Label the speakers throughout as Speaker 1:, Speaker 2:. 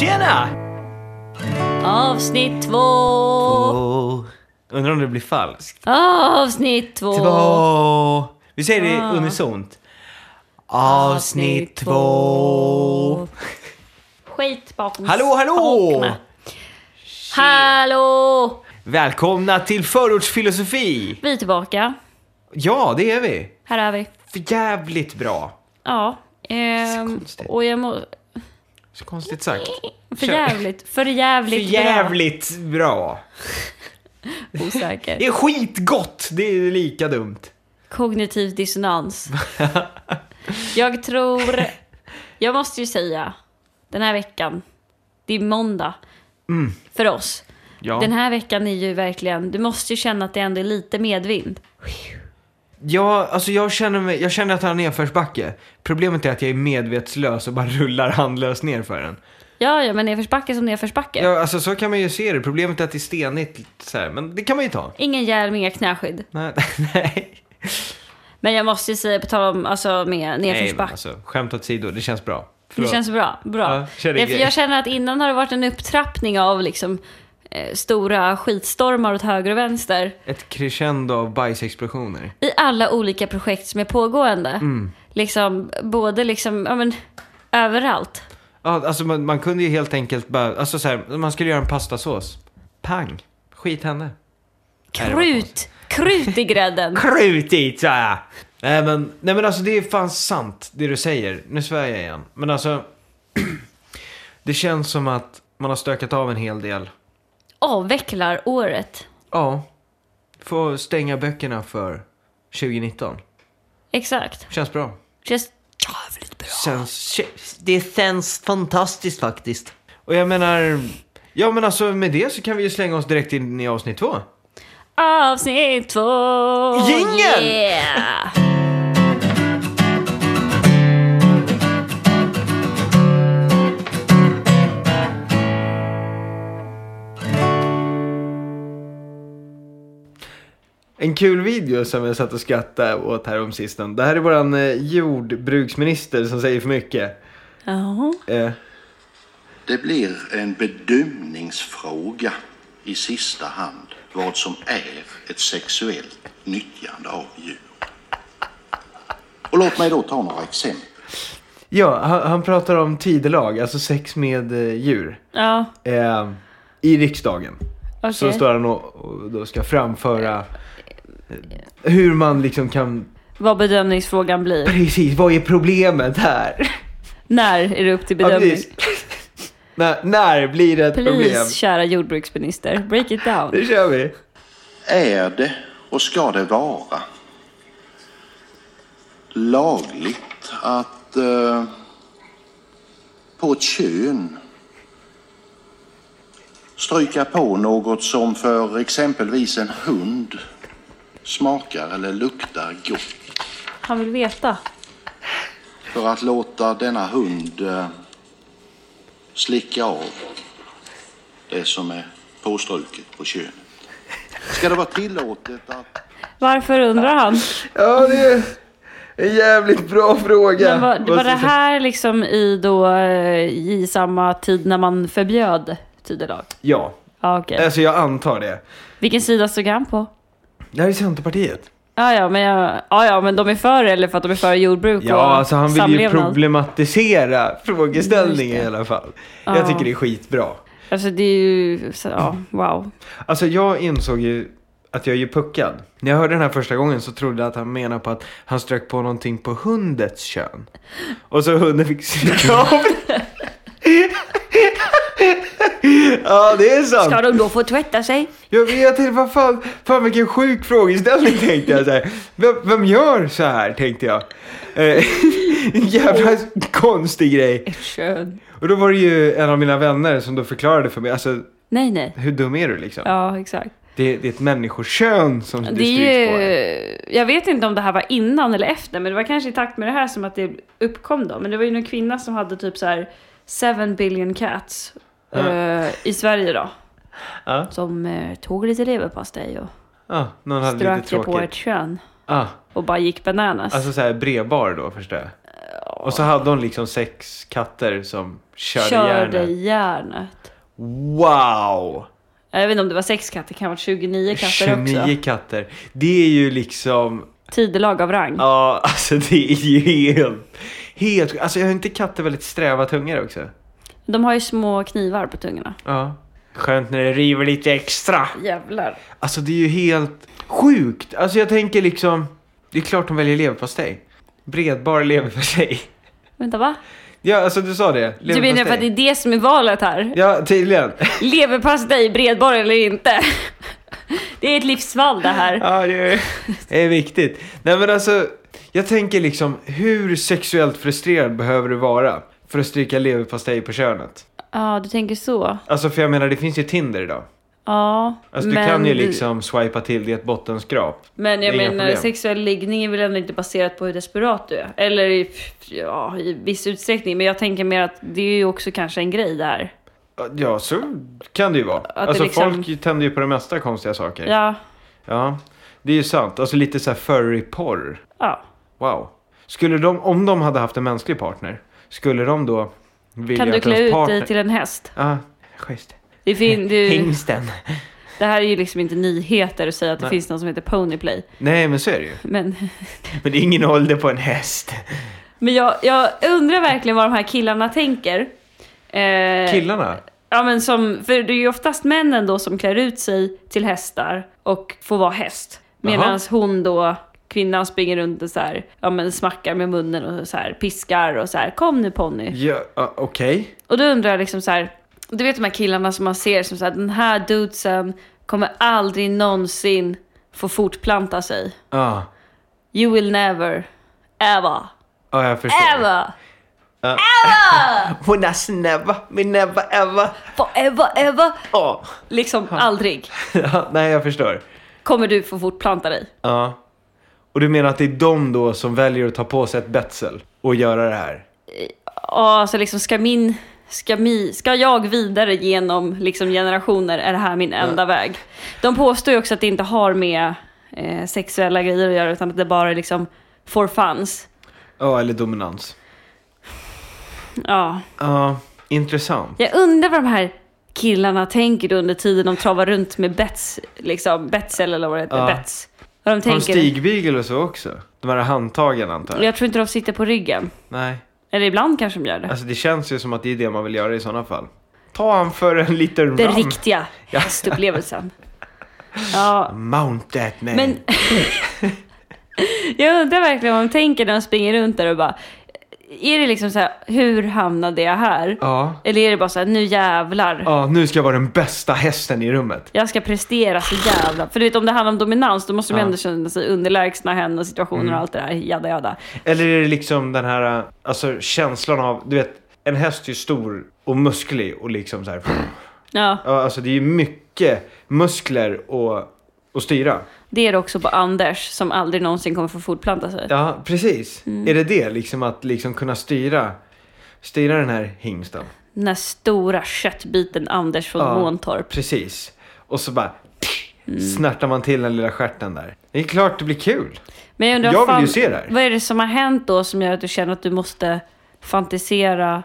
Speaker 1: Ja!
Speaker 2: Avsnitt två.
Speaker 1: Åh, Undrar om det blir falskt.
Speaker 2: Avsnitt två.
Speaker 1: Två. Vi säger det unisont. Avsnitt två.
Speaker 2: Skit bakom
Speaker 1: Hallå, hallå!
Speaker 2: spakarna. Hallå!
Speaker 1: Välkomna till förortsfilosofi!
Speaker 2: Vi är tillbaka.
Speaker 1: Ja, det är vi.
Speaker 2: Här är vi.
Speaker 1: För jävligt bra.
Speaker 2: Ja.
Speaker 1: Så
Speaker 2: Ehm,
Speaker 1: konstigt.
Speaker 2: och jag må...
Speaker 1: Så konstigt sagt.
Speaker 2: För jävligt. För jävligt.
Speaker 1: För jävligt bra.
Speaker 2: bra.
Speaker 1: Det
Speaker 2: Osäker.
Speaker 1: är skitgott! Det är lika dumt.
Speaker 2: Kognitiv dissonans. Jag tror... Jag måste ju säga, den här veckan, det är måndag för oss.
Speaker 1: Mm. Ja.
Speaker 2: Den här veckan är ju verkligen, du måste ju känna att det ändå är lite medvind.
Speaker 1: Ja, alltså jag känner, mig, jag känner att jag har nedförsbacke. Problemet är att jag är medvetslös och bara rullar handlöst ner för den.
Speaker 2: Ja, ja, men nedförsbacke som nedförsbacke.
Speaker 1: Ja, alltså så kan man ju se det. Problemet är att det är stenigt så här, men det kan man ju ta.
Speaker 2: Ingen hjälm, inga knäskydd.
Speaker 1: Nej, nej.
Speaker 2: Men jag måste ju säga, på tal om alltså, med
Speaker 1: nej men
Speaker 2: nedförsbacke.
Speaker 1: alltså, skämt åsido, det känns bra.
Speaker 2: Det
Speaker 1: Förlåt.
Speaker 2: känns bra. bra.
Speaker 1: Ja, kör
Speaker 2: Nej,
Speaker 1: din
Speaker 2: för
Speaker 1: grej.
Speaker 2: jag känner att innan har det varit en upptrappning av liksom, eh, stora skitstormar åt höger och vänster.
Speaker 1: Ett crescendo av bajsexplosioner.
Speaker 2: I alla olika projekt som är pågående.
Speaker 1: Mm.
Speaker 2: Liksom, både liksom, ja, men, överallt.
Speaker 1: Ja, alltså man, man kunde ju helt enkelt bara, alltså så här, man skulle göra en pastasås. Pang! Skit hände. Nej, det var
Speaker 2: Krut! Krut i grädden!
Speaker 1: Krut i sa jag! Nej men, nej men alltså det är fan sant det du säger. Nu svär jag igen. Men alltså. det känns som att man har stökat av en hel del.
Speaker 2: Avvecklar året.
Speaker 1: Ja. Får stänga böckerna för 2019.
Speaker 2: Exakt.
Speaker 1: Känns bra.
Speaker 2: Känns jävligt bra.
Speaker 1: Känns, det känns fantastiskt faktiskt. Och jag menar. Ja men alltså med det så kan vi ju slänga oss direkt in i avsnitt två.
Speaker 2: Avsnitt två!
Speaker 1: Jingeln!
Speaker 2: Yeah!
Speaker 1: En kul video som jag satt och skrattade åt här om sistone. Det här är våran eh, jordbruksminister som säger för mycket.
Speaker 2: Ja.
Speaker 1: Eh,
Speaker 3: Det blir en bedömningsfråga i sista hand vad som är ett sexuellt nyttjande av djur. Och låt mig då ta några exempel.
Speaker 1: Ja, han, han pratar om tidelag, alltså sex med eh, djur.
Speaker 2: Ja,
Speaker 1: Eh, I riksdagen.
Speaker 2: okej.
Speaker 1: Så står han och, och då ska framföra eh, hur man liksom kan...
Speaker 2: Vad bedömningsfrågan blir.
Speaker 1: Precis, vad är problemet här?
Speaker 2: När är det upp till
Speaker 1: Ja,
Speaker 2: bedömning?
Speaker 1: precis. när, när blir det ett problem?
Speaker 2: Please, kära jordbruksminister. Break it down.
Speaker 1: Nu kör vi.
Speaker 3: Är det och ska det vara lagligt att eh, på ett kön stryka på något som för exempelvis en hund smakar eller luktar gott?
Speaker 2: Han vill veta.
Speaker 3: för att låta denna hund eh, slicka av det som är påstruket på könet. Ska det vara tillåtet att...
Speaker 2: Varför undrar han?
Speaker 1: Ja, det är en jävligt bra fråga.
Speaker 2: Men var, var det här liksom i, då, eh, i samma tid när man förbjöd tidelag?
Speaker 1: Ja,
Speaker 2: Ja, okej.
Speaker 1: alltså jag antar det.
Speaker 2: Vilken sida stod han på?
Speaker 1: Det här är Centerpartiet.
Speaker 2: Ja, ja, men, jag, ja, ja, men de är för eller för att de är för jordbruk
Speaker 1: Ja,
Speaker 2: och
Speaker 1: alltså han vill ju
Speaker 2: samlevnad.
Speaker 1: problematisera frågeställningen
Speaker 2: Just
Speaker 1: i
Speaker 2: det.
Speaker 1: alla fall.
Speaker 2: Ja.
Speaker 1: Jag tycker det är skitbra.
Speaker 2: Alltså det är ju, så, ja, wow.
Speaker 1: Alltså jag insåg ju att jag är ju puckad. När jag hörde den här första gången så trodde jag att han menade på att han strök på någonting på hundets kön. Och så hunden fick stryka av. ja, det är sant.
Speaker 2: Ska de då få tvätta sig?
Speaker 1: Jag vet inte, vad fan, fan vilken sjuk frågeställning tänkte jag så här. Vem, vem gör så här tänkte jag. Eh, en jävla konstig grej.
Speaker 2: Kön.
Speaker 1: Och då var det ju en av mina vänner som då förklarade för mig, alltså
Speaker 2: Nej, nej.
Speaker 1: hur dum är du liksom?
Speaker 2: Ja, exakt.
Speaker 1: Det, det är ett människokön som du
Speaker 2: Det
Speaker 1: stryks
Speaker 2: är
Speaker 1: på. här.
Speaker 2: ju, jag vet inte om det här var innan eller efter, men det var kanske i takt med det här som att det uppkom då. Men det var ju någon kvinna som hade typ så här 7 billion cats eh, i Sverige då.
Speaker 1: Ja.
Speaker 2: Som eh, tog lite leverpastej och
Speaker 1: Ah, någon hade
Speaker 2: strök
Speaker 1: lite
Speaker 2: det
Speaker 1: tråkigt. Alltså,
Speaker 2: på ett kön
Speaker 1: Ah,
Speaker 2: och bara gick bananas.
Speaker 1: alltså så här brevbar då förstår jag. Och så hade hon liksom sex katter som körde,
Speaker 2: Körde
Speaker 1: järnet.
Speaker 2: järnet.
Speaker 1: Wow!
Speaker 2: Jag vet inte om det var sex katter, kan ha varit 29 katter
Speaker 1: 29
Speaker 2: också.
Speaker 1: katter. Det är ju liksom...
Speaker 2: Tidelag av rang.
Speaker 1: Ja, alltså det är ju helt... helt alltså jag har inte katter väldigt sträva tungor också?
Speaker 2: De har ju små knivar på tungorna.
Speaker 1: Ja. Skönt när det river lite extra.
Speaker 2: Jävlar.
Speaker 1: Alltså det är ju helt sjukt. Alltså jag tänker liksom... Det är klart de väljer leverpastej. Bredbar leverpastej.
Speaker 2: Vänta va?
Speaker 1: Ja, alltså du sa det.
Speaker 2: Du menar för att det är det som är valet här?
Speaker 1: Ja, tydligen.
Speaker 2: Leverpastej, bredbar eller inte? Det är ett livsval det här.
Speaker 1: Ja, det är- det är viktigt. Nej men alltså, jag tänker liksom hur sexuellt frustrerad behöver du vara för att stryka leverpastej på könet?
Speaker 2: Ja, du tänker så.
Speaker 1: Alltså för jag menar det finns ju Tinder idag.
Speaker 2: Ja,
Speaker 1: Alltså du kan ju liksom swipa till det ett bottenskrap.
Speaker 2: Men jag
Speaker 1: Det är inga
Speaker 2: menar,
Speaker 1: problem.
Speaker 2: sexuell liggning är väl ändå inte baserat på hur desperat du är? Eller i, ja, i viss utsträckning. Men jag tänker mer att det är ju också kanske en grej där.
Speaker 1: Ja, så kan det ju vara.
Speaker 2: det
Speaker 1: alltså
Speaker 2: liksom-
Speaker 1: folk tänder ju på de mesta konstiga saker.
Speaker 2: Ja,
Speaker 1: Ja, det är ju sant. Alltså lite så här furry-porr.
Speaker 2: ja.
Speaker 1: Wow. Skulle de, om de hade haft en mänsklig partner, skulle de då vilja
Speaker 2: Kan du
Speaker 1: att
Speaker 2: klä
Speaker 1: ens
Speaker 2: ut
Speaker 1: partner...
Speaker 2: dig till en häst?
Speaker 1: Ja, schysst.
Speaker 2: Det, fin- du,
Speaker 1: Hingsten.
Speaker 2: det här är ju liksom inte nyheter att säga att det
Speaker 1: Nej.
Speaker 2: finns någon som heter Ponyplay.
Speaker 1: Nej, men så är det ju.
Speaker 2: Men,
Speaker 1: Men det är ingen ålder på en häst.
Speaker 2: men jag, jag undrar verkligen vad de här killarna tänker. Eh,
Speaker 1: Killarna?
Speaker 2: Ja men som, för det är ju oftast männen då som klär ut sig till hästar och får vara häst. Medan hon då, kvinnan springer runt och så här, ja men smackar med munnen och så här piskar och så här, kom nu ponny.
Speaker 1: Ja, ja, okej.
Speaker 2: Och då undrar jag liksom så här, du vet de här killarna som man ser som så här, den här dudesen kommer aldrig någonsin få fortplanta sig.
Speaker 1: Ja,
Speaker 2: You will never, ever,
Speaker 1: ja, jag förstår.
Speaker 2: ever,
Speaker 1: Hon has never, me never ever.
Speaker 2: forever, ever,
Speaker 1: Ja.
Speaker 2: liksom aldrig
Speaker 1: Ja, Nej, jag förstår.
Speaker 2: kommer du få fortplanta dig.
Speaker 1: Ja. Och du menar att det är de då som väljer att ta på sig ett betsel och göra det här?
Speaker 2: Ja, så liksom ska min... Ska, mi, ska jag vidare genom liksom generationer är det här min enda väg. De påstår ju också att det inte har med eh, sexuella grejer att göra utan att det bara är liksom for funs.
Speaker 1: Ja, eller dominans.
Speaker 2: Ja.
Speaker 1: Ja, intressant.
Speaker 2: Jag undrar vad de här killarna tänker då under tiden de travar runt med bets, liksom betsel eller vad det heter,
Speaker 1: Ja.
Speaker 2: bets. Vad de
Speaker 1: Har de
Speaker 2: tänker.
Speaker 1: stigbygel och så också? De här handtagen antar jag?
Speaker 2: Jag tror inte de sitter på ryggen.
Speaker 1: Nej.
Speaker 2: Eller ibland kanske de gör det.
Speaker 1: Alltså det känns ju som att det är det man vill göra i sådana fall. Ta han för en liten
Speaker 2: Den
Speaker 1: ram.
Speaker 2: riktiga
Speaker 1: Ja.
Speaker 2: hästupplevelsen. Ja,
Speaker 1: Mount that man.
Speaker 2: Men jag undrar verkligen vad de tänker när de springer runt där och bara, är det liksom så här, hur hamnade jag här?
Speaker 1: Ja.
Speaker 2: Eller är det bara så här, nu jävlar.
Speaker 1: Ja, nu ska jag vara den bästa hästen i rummet.
Speaker 2: Jag ska prestera så jävla... För du vet, om det handlar om dominans, då måste de
Speaker 1: Ja. Mm.
Speaker 2: ändå känna sig underlägsna henne och situationer och allt det där. Jada, jada.
Speaker 1: Eller är det liksom den här äh, alltså, känslan av, du vet, en häst är ju stor och musklig och liksom så här.
Speaker 2: Ja,
Speaker 1: Ja, alltså det är ju mycket muskler och, och styra.
Speaker 2: det är det också på Anders, som aldrig någonsin kommer få fortplanta sig.
Speaker 1: Ja, precis.
Speaker 2: Mm.
Speaker 1: Är det det, liksom att liksom kunna styra, styra den här hingsten?
Speaker 2: Den här stora köttbiten Anders från
Speaker 1: Ja.
Speaker 2: Måntorp.
Speaker 1: Precis. Och så bara
Speaker 2: Mm.
Speaker 1: snärtar man till den lilla stjärten där. Det är klart det blir kul.
Speaker 2: Men jag undrar,
Speaker 1: Jag vill
Speaker 2: fan,
Speaker 1: ju se det här.
Speaker 2: vad är det som har hänt då som gör att du känner att du måste fantisera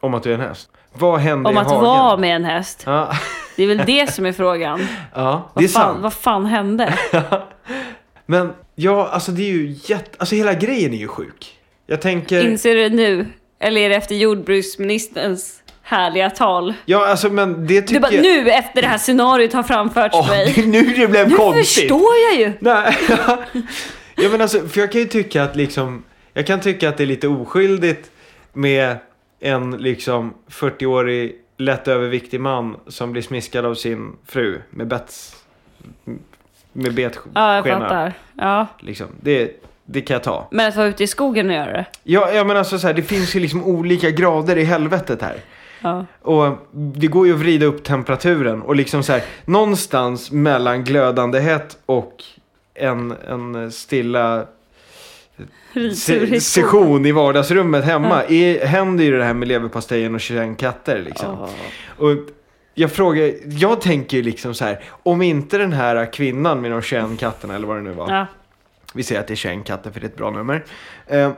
Speaker 1: Om att du är en häst. Vad händer
Speaker 2: om
Speaker 1: i
Speaker 2: att
Speaker 1: hagen?
Speaker 2: vara med en häst?
Speaker 1: Ja,
Speaker 2: Det är väl det som är frågan.
Speaker 1: ja det
Speaker 2: Vad
Speaker 1: är
Speaker 2: fan,
Speaker 1: sant.
Speaker 2: Vad fan hände?
Speaker 1: Men ja, alltså det är ju jätte... Alltså hela grejen är ju sjuk. Jag tänker...
Speaker 2: Inser du det nu? Eller är det efter jordbruksministerns härliga tal?
Speaker 1: ja, alltså men det tycker
Speaker 2: Du bara,
Speaker 1: jag...
Speaker 2: nu efter det här scenariot har framförts
Speaker 1: Åh, det
Speaker 2: mig.
Speaker 1: är nu det blev
Speaker 2: Nu
Speaker 1: konstigt!
Speaker 2: förstår jag ju!
Speaker 1: Nej. ja, men alltså, för jag kan ju tycka att liksom... Jag kan tycka att det är lite oskyldigt med en liksom 40-årig lätt överviktig man som blir smiskad av sin fru med bets... Med betskena.
Speaker 2: Ja, jag fattar. Ja.
Speaker 1: Liksom. Det, det kan jag ta.
Speaker 2: Men att vara ute i skogen och göra det?
Speaker 1: Ja, ja men alltså så här, det finns ju liksom olika grader i helvetet här.
Speaker 2: Ja.
Speaker 1: Och det går ju att vrida upp temperaturen och liksom så här, någonstans mellan glödande hett och en, en stilla
Speaker 2: Ritur i
Speaker 1: se-
Speaker 2: skogen.
Speaker 1: session i vardagsrummet hemma. Är, händer ju det här med leverpastejen och 21 katter liksom.
Speaker 2: Ja.
Speaker 1: Och jag frågar, jag tänker ju liksom så här, om inte den här kvinnan med de 21 katterna eller vad det nu var.
Speaker 2: Ja.
Speaker 1: Vi säger att det är 21 katter för det är ett bra nummer. Eh,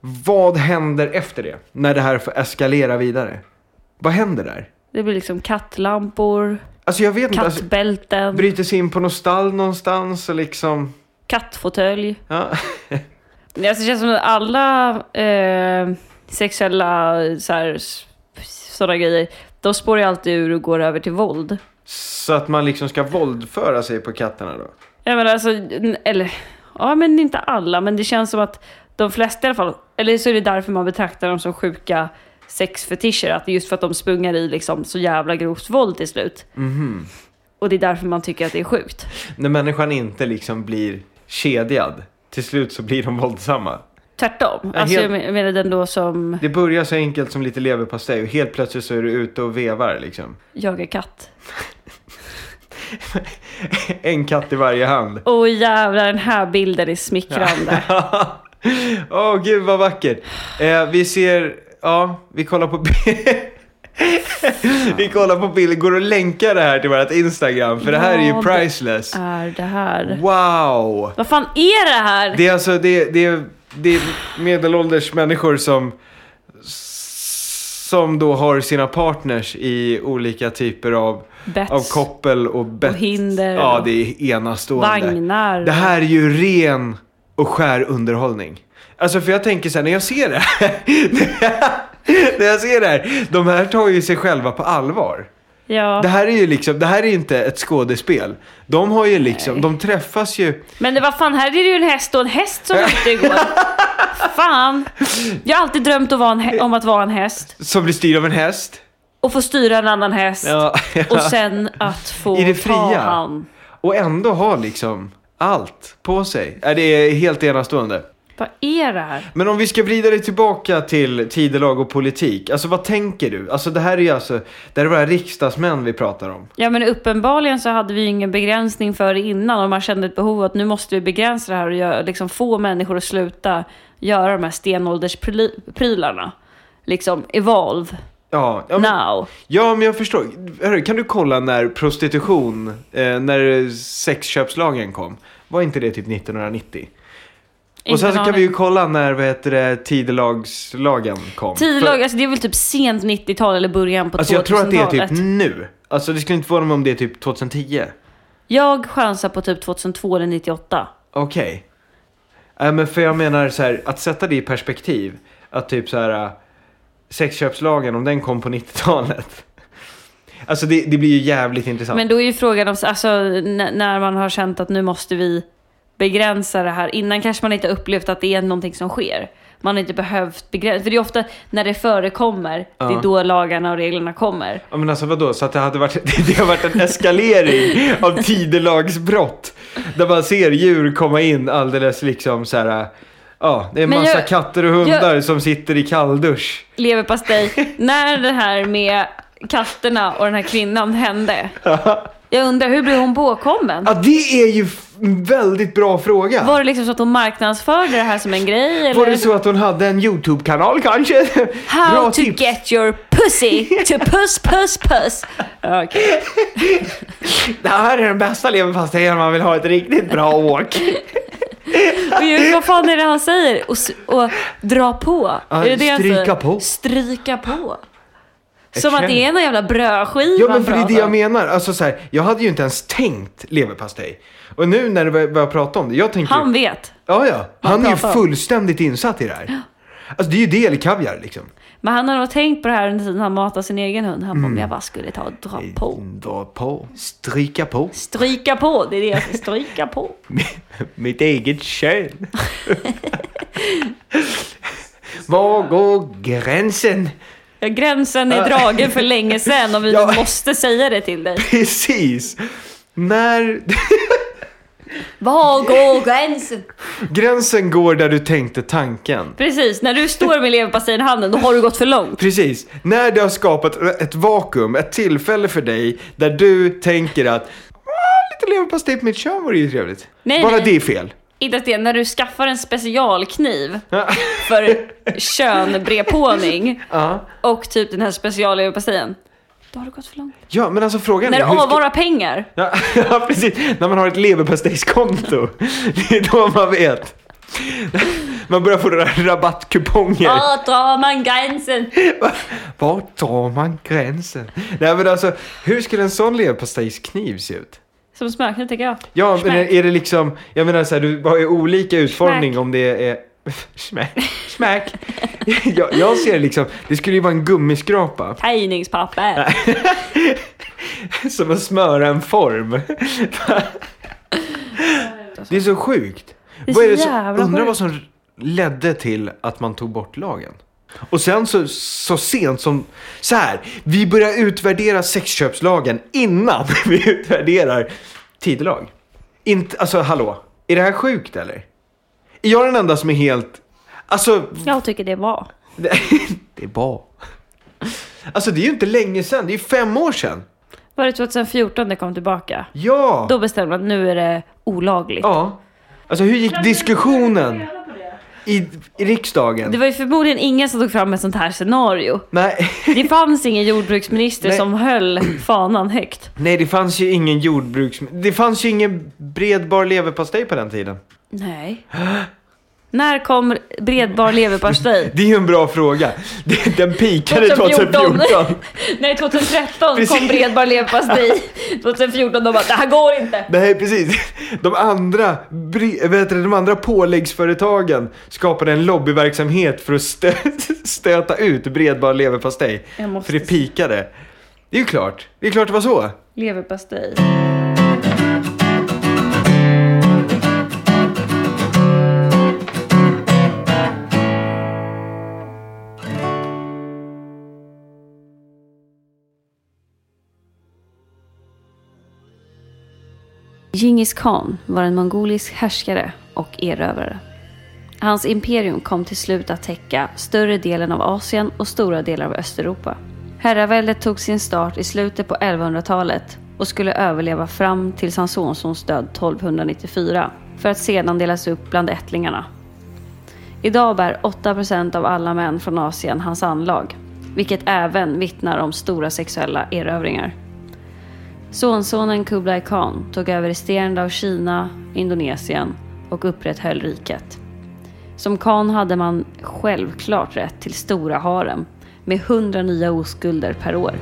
Speaker 1: Vad händer efter det? När det här får eskalera vidare? Vad händer där?
Speaker 2: Det blir liksom kattlampor,
Speaker 1: Alltså jag vet inte. Alltså,
Speaker 2: kattbälten,
Speaker 1: bryter sig in på någon stall någonstans och liksom...
Speaker 2: kattfåtölj.
Speaker 1: Ja.
Speaker 2: Nej, Alltså, det känns som att alla eh, sexuella så här, s- sådana grejer, de spårar ju alltid ur och går över till våld.
Speaker 1: Så att man liksom ska våldföra sig på katterna då?
Speaker 2: Jag menar alltså, n- eller, ja men inte alla, men det känns som att de flesta i alla fall, eller så är det därför man betraktar dem som sjuka sexfetischer, att det är just för att de spungar i liksom så jävla grovt våld till slut.
Speaker 1: Mhm.
Speaker 2: Och det är därför man tycker att det är sjukt.
Speaker 1: När människan inte liksom blir kedjad, till slut så blir de våldsamma.
Speaker 2: Tvärtom.
Speaker 1: Ja,
Speaker 2: alltså
Speaker 1: helt-
Speaker 2: jag men- menar den då som
Speaker 1: Det börjar så enkelt som lite leverpastej och helt plötsligt så är du ute och vevar liksom.
Speaker 2: jagar katt.
Speaker 1: En katt i varje hand.
Speaker 2: Åh jävlar, den här bilden är smickrande.
Speaker 1: Åh gud vad vackert. Eh, vi ser, ja, vi kollar på Vi kollar på bilder, går och länkar det här till vårt Instagram för det här är ju
Speaker 2: Ja, det-
Speaker 1: priceless.
Speaker 2: är det här?
Speaker 1: Wow!
Speaker 2: Vad fan är det här?
Speaker 1: Det är alltså, det, det, det är medelålders människor som som då har sina partners i olika typer av,
Speaker 2: Bets
Speaker 1: av koppel och bett.
Speaker 2: och hinder
Speaker 1: Ja,
Speaker 2: och
Speaker 1: det är enastående.
Speaker 2: vagnar.
Speaker 1: Det här är ju ren och skär underhållning. Alltså för jag tänker så här, när jag ser det här, när jag ser det här, de här tar ju sig själva på allvar.
Speaker 2: Ja.
Speaker 1: Det här är ju liksom, det här är ju inte ett skådespel. De har ju liksom, de träffas ju,
Speaker 2: Men det var fan, här är det ju en häst och en häst som åkte igår. fan. Jag har alltid drömt att vara en hä- om att vara en häst.
Speaker 1: som blir styrda av en häst.
Speaker 2: Och få styra en annan häst.
Speaker 1: Ja.
Speaker 2: Och sen att få
Speaker 1: I det
Speaker 2: ta
Speaker 1: fria.
Speaker 2: han.
Speaker 1: Och ändå ha liksom allt på sig. Ja, Det är helt enastående.
Speaker 2: Vad är det här?
Speaker 1: Men om vi ska vrida det tillbaka till tidelag och politik. Alltså vad tänker du? Alltså det här är ju alltså, det här är våra riksdagsmän vi pratar om.
Speaker 2: Ja men uppenbarligen så hade vi ju ingen begränsning för det innan och man kände ett behov att nu måste vi begränsa det här och göra, liksom få människor att sluta göra de här stenåldersprylarna. Liksom evolve
Speaker 1: Ja, ja, men,
Speaker 2: now.
Speaker 1: ja men jag förstår. Hörru, kan du kolla när prostitution, eh, när sexköpslagen kom? Var inte det typ 1990? och
Speaker 2: Inte
Speaker 1: sen så kan
Speaker 2: en
Speaker 1: vi
Speaker 2: aning.
Speaker 1: ju kolla när vad heter det, tidelagslagen kom.
Speaker 2: Tidelag,
Speaker 1: För-
Speaker 2: alltså det är väl typ sent 90-tal eller början på
Speaker 1: Alltså
Speaker 2: 2000-talet.
Speaker 1: jag tror att det är typ nu. Alltså det skulle inte vara om det är typ 2010.
Speaker 2: Jag chansar på typ 2002 eller 98.
Speaker 1: Okej. Okay. men för jag menar så här, att sätta det i perspektiv. Att typ så här, äh, sexköpslagen, om den kom på 90-talet. Alltså det, det blir ju jävligt intressant.
Speaker 2: Men då är ju frågan om, alltså, n- när man har känt att nu måste vi begränsa det här. Innan kanske man inte har upplevt att det är någonting som sker. Man har inte behövt begränsa, för det är ofta när det förekommer, det
Speaker 1: Ja.
Speaker 2: är då lagarna och reglerna kommer.
Speaker 1: Ja men alltså vadå, så att det hade varit, det har varit en eskalering av tidelagsbrott. Där man ser djur komma in alldeles liksom så här. äh, Ja, det är en
Speaker 2: Men
Speaker 1: massa
Speaker 2: jag-
Speaker 1: katter och hundar som sitter i kalldusch.
Speaker 2: Leverpastej, när det här med katterna och den här kvinnan hände. Jag undrar, hur blev hon påkommen?
Speaker 1: Ja, det är ju f- en väldigt bra fråga.
Speaker 2: Var det liksom så att hon marknadsförde det här som en grej? Eller?
Speaker 1: Var det så att hon hade en YouTube-kanal kanske?
Speaker 2: How
Speaker 1: Bra
Speaker 2: to
Speaker 1: tips.
Speaker 2: get your pussy to puss, puss, puss. Okej.
Speaker 1: Det här är den bästa leverpastejen om man vill ha ett riktigt bra åk.
Speaker 2: Och ju, vad fan är det han säger? Och, s- och dra på.
Speaker 1: Ja,
Speaker 2: är det det han
Speaker 1: stryka
Speaker 2: säger?
Speaker 1: på.
Speaker 2: Stryka på. Som
Speaker 1: Exakt.
Speaker 2: att det är någon jävla brödskiva
Speaker 1: Ja men för det är
Speaker 2: han
Speaker 1: det jag
Speaker 2: pratar.
Speaker 1: menar. Alltså så här, jag hade ju inte ens tänkt leverpastej. Och nu när du bör- börjar prata om det, jag tänker
Speaker 2: Han vet.
Speaker 1: Ja, ja. Han är ju
Speaker 2: pratar om.
Speaker 1: fullständigt insatt i det här. Alltså det är ju det eller kaviar liksom.
Speaker 2: Men han har nog tänkt på det här under tiden han matar sin egen hund. Han bara,
Speaker 1: Mm.
Speaker 2: om jag bara skulle ta och dra på.
Speaker 1: Dra på, stryka på.
Speaker 2: Stryka på, det är det jag ska stryka på.
Speaker 1: Mitt eget kön. Var går gränsen?
Speaker 2: Ja, gränsen är dragen för länge sedan och vi
Speaker 1: Ja.
Speaker 2: måste säga det till dig.
Speaker 1: Precis. När
Speaker 2: Var går gränsen?
Speaker 1: gränsen går där du tänkte tanken.
Speaker 2: Precis, när du står med leverpastejen i handen då har du gått för långt.
Speaker 1: Precis. När det har skapat ett vakuum, ett tillfälle för dig där du tänker att "Ah, lite leverpastej på mitt kön vore ju trevligt.
Speaker 2: Nej,
Speaker 1: Bara
Speaker 2: nej.
Speaker 1: det är fel.
Speaker 2: Inte ens det, när du skaffar en specialkniv
Speaker 1: Ja.
Speaker 2: för könbrepåning
Speaker 1: Ja.
Speaker 2: och typ den här specialleverpastejen. Då har du gått för långt.
Speaker 1: Ja, men alltså frågan
Speaker 2: När
Speaker 1: är...
Speaker 2: du
Speaker 1: hur ska-
Speaker 2: avvarar pengar.
Speaker 1: Ja, ja, precis. När man har ett leverpastejskonto. Det är då man vet. Man börjar få ra- rabattkuponger.
Speaker 2: Var drar man gränsen?
Speaker 1: Var drar man gränsen? Nej men alltså, hur skulle en sån leverpastejskniv se ut?
Speaker 2: Som smörkniv tycker jag.
Speaker 1: Ja, men
Speaker 2: Smack.
Speaker 1: är det liksom, jag menar så här, du har ju olika utformning
Speaker 2: Smack.
Speaker 1: om det är... Smack, smack. jag, jag ser det liksom, det skulle ju vara en gummiskrapa
Speaker 2: Tidningspapper.
Speaker 1: som att smöra en form. det är så sjukt.
Speaker 2: Det är
Speaker 1: vad
Speaker 2: så
Speaker 1: är det som,
Speaker 2: jävla
Speaker 1: undrar
Speaker 2: sjukt.
Speaker 1: vad som ledde till att man tog bort lagen. Och sen så, så sent som, så här, vi börjar utvärdera sexköpslagen innan vi utvärderar tidelag. Inte, alltså hallå, är det här sjukt eller? Är jag den enda som är helt, alltså
Speaker 2: Jag tycker det var.
Speaker 1: det, det är bra. Alltså det är ju inte länge sedan, det är ju fem år sedan.
Speaker 2: Var det 2014 det kom tillbaka?
Speaker 1: Ja!
Speaker 2: Då bestämde man att nu är det olagligt.
Speaker 1: Ja. Alltså hur gick diskussionen i, i riksdagen?
Speaker 2: Det var ju förmodligen ingen som tog fram ett sånt här scenario.
Speaker 1: Nej.
Speaker 2: Det fanns ingen jordbruksminister
Speaker 1: Nej.
Speaker 2: som höll fanan högt.
Speaker 1: Nej, det fanns ju ingen jordbruks... Det fanns ju ingen bredbar leverpastej på den tiden.
Speaker 2: Nej. När kom bredbar leverpastej?
Speaker 1: Det är ju en bra fråga. Det- Den pikade 2014.
Speaker 2: Nej, 2013
Speaker 1: Precis.
Speaker 2: kom bredbar leverpastej. 2014 de bara, det här går inte.
Speaker 1: Nej, precis. De andra, bre- vet du, de andra påläggsföretagen skapade en lobbyverksamhet för att stö stöta ut bredbar leverpastej.
Speaker 2: Jag måste
Speaker 1: För det
Speaker 2: se.
Speaker 1: pikade. Det är ju klart. Det är klart det var så.
Speaker 2: Leverpastej. Djingis khan var en mongolisk härskare och erövrare. Hans imperium kom till slut att täcka större delen av Asien och stora delar av Östeuropa. Herraväldet tog sin start i slutet på 1100-talet och skulle överleva fram till hans sonsons död 1294 för att sedan delas upp bland ättlingarna. Idag bär 8% av alla män från Asien hans anlag, vilket även vittnar om stora sexuella erövringar. Sonsonen Kublai Khan tog över resterande av Kina, Indonesien och upprätthöll riket. Som kan hade man självklart rätt till stora harem med 100 nya oskulder per år.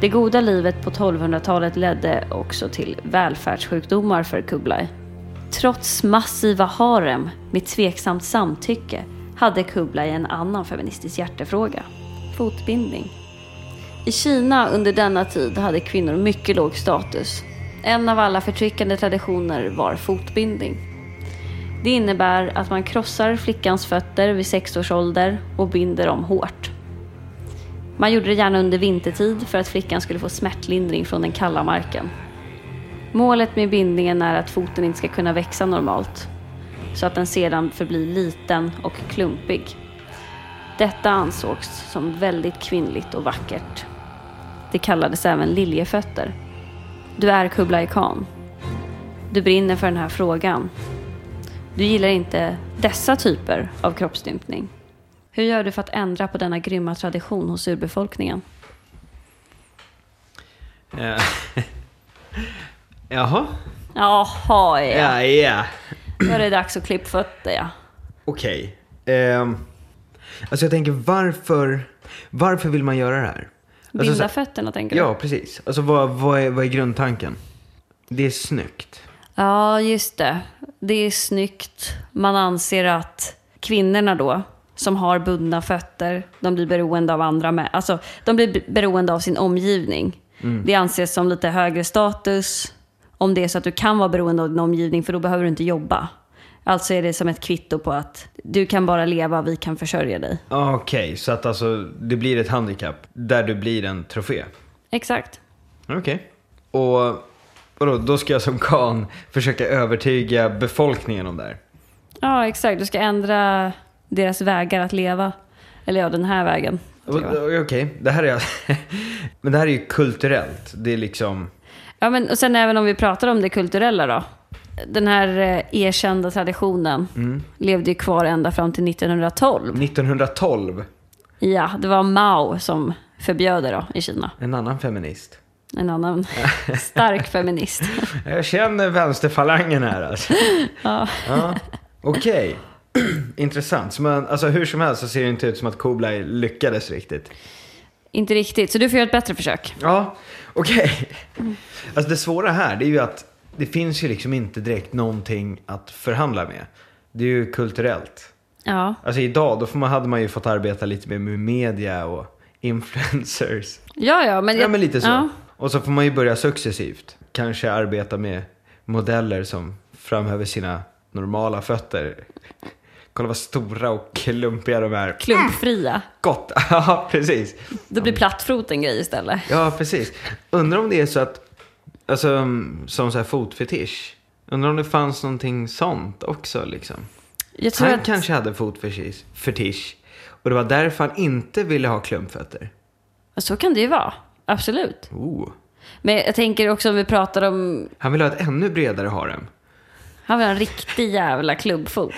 Speaker 2: Det goda livet på 1200-talet ledde också till välfärdssjukdomar för Kublai. Trots massiva harem med tveksamt samtycke hade Kublai en annan feministisk hjärtefråga, fotbindning. I Kina under denna tid hade kvinnor mycket låg status. En av alla förtryckande traditioner var fotbindning. Det innebär att man krossar flickans fötter vid sex års ålder och binder dem hårt. Man gjorde det gärna under vintertid för att flickan skulle få smärtlindring från den kalla marken. Målet med bindningen är att foten inte ska kunna växa normalt, så att den sedan förblir liten och klumpig. Detta ansågs som väldigt kvinnligt och vackert. Det kallades även liljefötter. Du är Kublai Khan. Du brinner för den här frågan. Du gillar inte dessa typer av kroppsstympning. Hur gör du för att ändra på denna grymma tradition hos urbefolkningen?
Speaker 1: Ja. Jaha.
Speaker 2: Jaha, ja.
Speaker 1: Ja, ja.
Speaker 2: Då är det dags att klippa fötter, ja.
Speaker 1: Okej. Ehm, alltså jag tänker varför, varför vill man göra det här?
Speaker 2: Binda
Speaker 1: Alltså, så-
Speaker 2: fötterna, tänker du?
Speaker 4: Ja, precis. Alltså vad, vad, är, vad är grundtanken? Det är snyggt.
Speaker 2: Ja, just det. Det är snyggt. Man anser att kvinnorna då, som har bundna fötter, de blir beroende av andra med. Alltså, de blir be- beroende av sin omgivning. Det anses som lite högre status om det är så att du kan vara beroende av din omgivning för då behöver du inte jobba. Alltså är det som ett kvitto på att du kan bara leva, vi kan försörja dig.
Speaker 4: Ah, Okej, så att alltså det blir ett handikapp där du blir en trofé.
Speaker 2: Exakt.
Speaker 4: Okej. Och vadå, då ska jag som kan försöka övertyga befolkningen om det här?
Speaker 2: Ja, exakt. Du ska ändra deras vägar att leva. Eller ja, den här vägen. att
Speaker 4: Och-
Speaker 2: leva.
Speaker 4: Okej, det här är Men det här är ju kulturellt. Det är liksom...
Speaker 2: Ja, men och sen även om vi pratar om det kulturella då. Den här eh, erkända traditionen
Speaker 1: Mm.
Speaker 2: levde ju kvar ända fram till 1912.
Speaker 4: 1912.
Speaker 2: Ja, det var Mao som förbjöd det då i Kina.
Speaker 4: En annan feminist.
Speaker 2: En annan stark feminist.
Speaker 4: Jag känner vänsterfalangen här alltså.
Speaker 2: Ja.
Speaker 4: Ja. Okej.
Speaker 1: Intressant. Men alltså, hur som helst så ser det inte ut som att Kublai lyckades riktigt.
Speaker 2: Inte riktigt, så du får göra ett bättre försök.
Speaker 1: Ja, okej. Alltså det svåra här det är ju att det finns ju liksom inte direkt någonting att förhandla med. Det är ju kulturellt.
Speaker 2: Ja.
Speaker 1: Alltså idag då får man, hade man ju fått arbeta lite mer med media och influencers.
Speaker 2: Ja, ja, men...
Speaker 1: Ja men lite så. Äh.
Speaker 2: Ja.
Speaker 1: Och så får man ju börja successivt. Kanske arbeta med modeller som framhäver sina normala fötter. Kolla vad stora och klumpiga de är.
Speaker 2: Klumpfria.
Speaker 1: Gott! Ja precis.
Speaker 2: Då blir plattfot en grej istället.
Speaker 1: Ja, precis. Undrar om det är så att, alltså mm, som så här fotfetisch. Undrar om det fanns någonting sånt också liksom.
Speaker 2: Jag tror
Speaker 1: Han
Speaker 2: att...
Speaker 1: kanske hade fotfetisch fetisch, och det var därför han inte ville ha klumpfötter.
Speaker 2: Ja, Så kan det ju vara. Absolut.
Speaker 1: Oh.
Speaker 2: Men jag tänker också om vi pratar om...
Speaker 1: Han ville ha ett ännu bredare harem.
Speaker 2: Han var en riktig jävla klubbfot.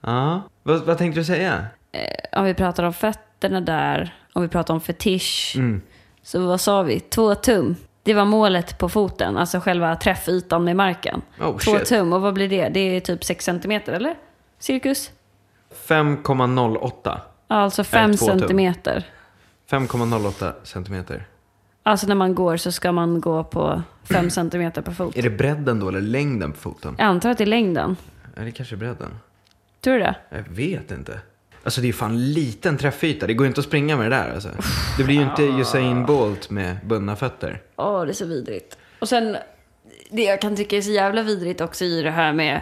Speaker 1: Ja, vad, vad tänkte du säga?
Speaker 2: Eh, Om vi pratar om fötterna där, om vi pratar om fetisch.
Speaker 1: Mm.
Speaker 2: Så vad sa vi? Två tum. Det var målet på foten, alltså själva träffytan med marken.
Speaker 1: Oh,
Speaker 2: Två
Speaker 1: shit.
Speaker 2: tum, och vad blir det? Det är typ sex centimeter, eller? Cirkus?
Speaker 1: 5,08.
Speaker 2: Ja, alltså fem
Speaker 1: Nej, två tum.
Speaker 2: centimeter.
Speaker 1: 5,08 centimeter.
Speaker 2: Alltså när man går så ska man gå på fem centimeter på fot.
Speaker 1: Är det bredden då, eller längden på foten?
Speaker 2: Jag antar att det är längden.
Speaker 1: Är det kanske bredden?
Speaker 2: Tror du det?
Speaker 1: Jag vet inte. Alltså det är ju fan liten träffyta. Det går ju inte att springa med det där alltså. Det blir ju inte Usain Bolt med bundna fötter.
Speaker 2: Åh, det är så vidrigt. Och sen, det jag kan tycka är så jävla vidrigt också i det här med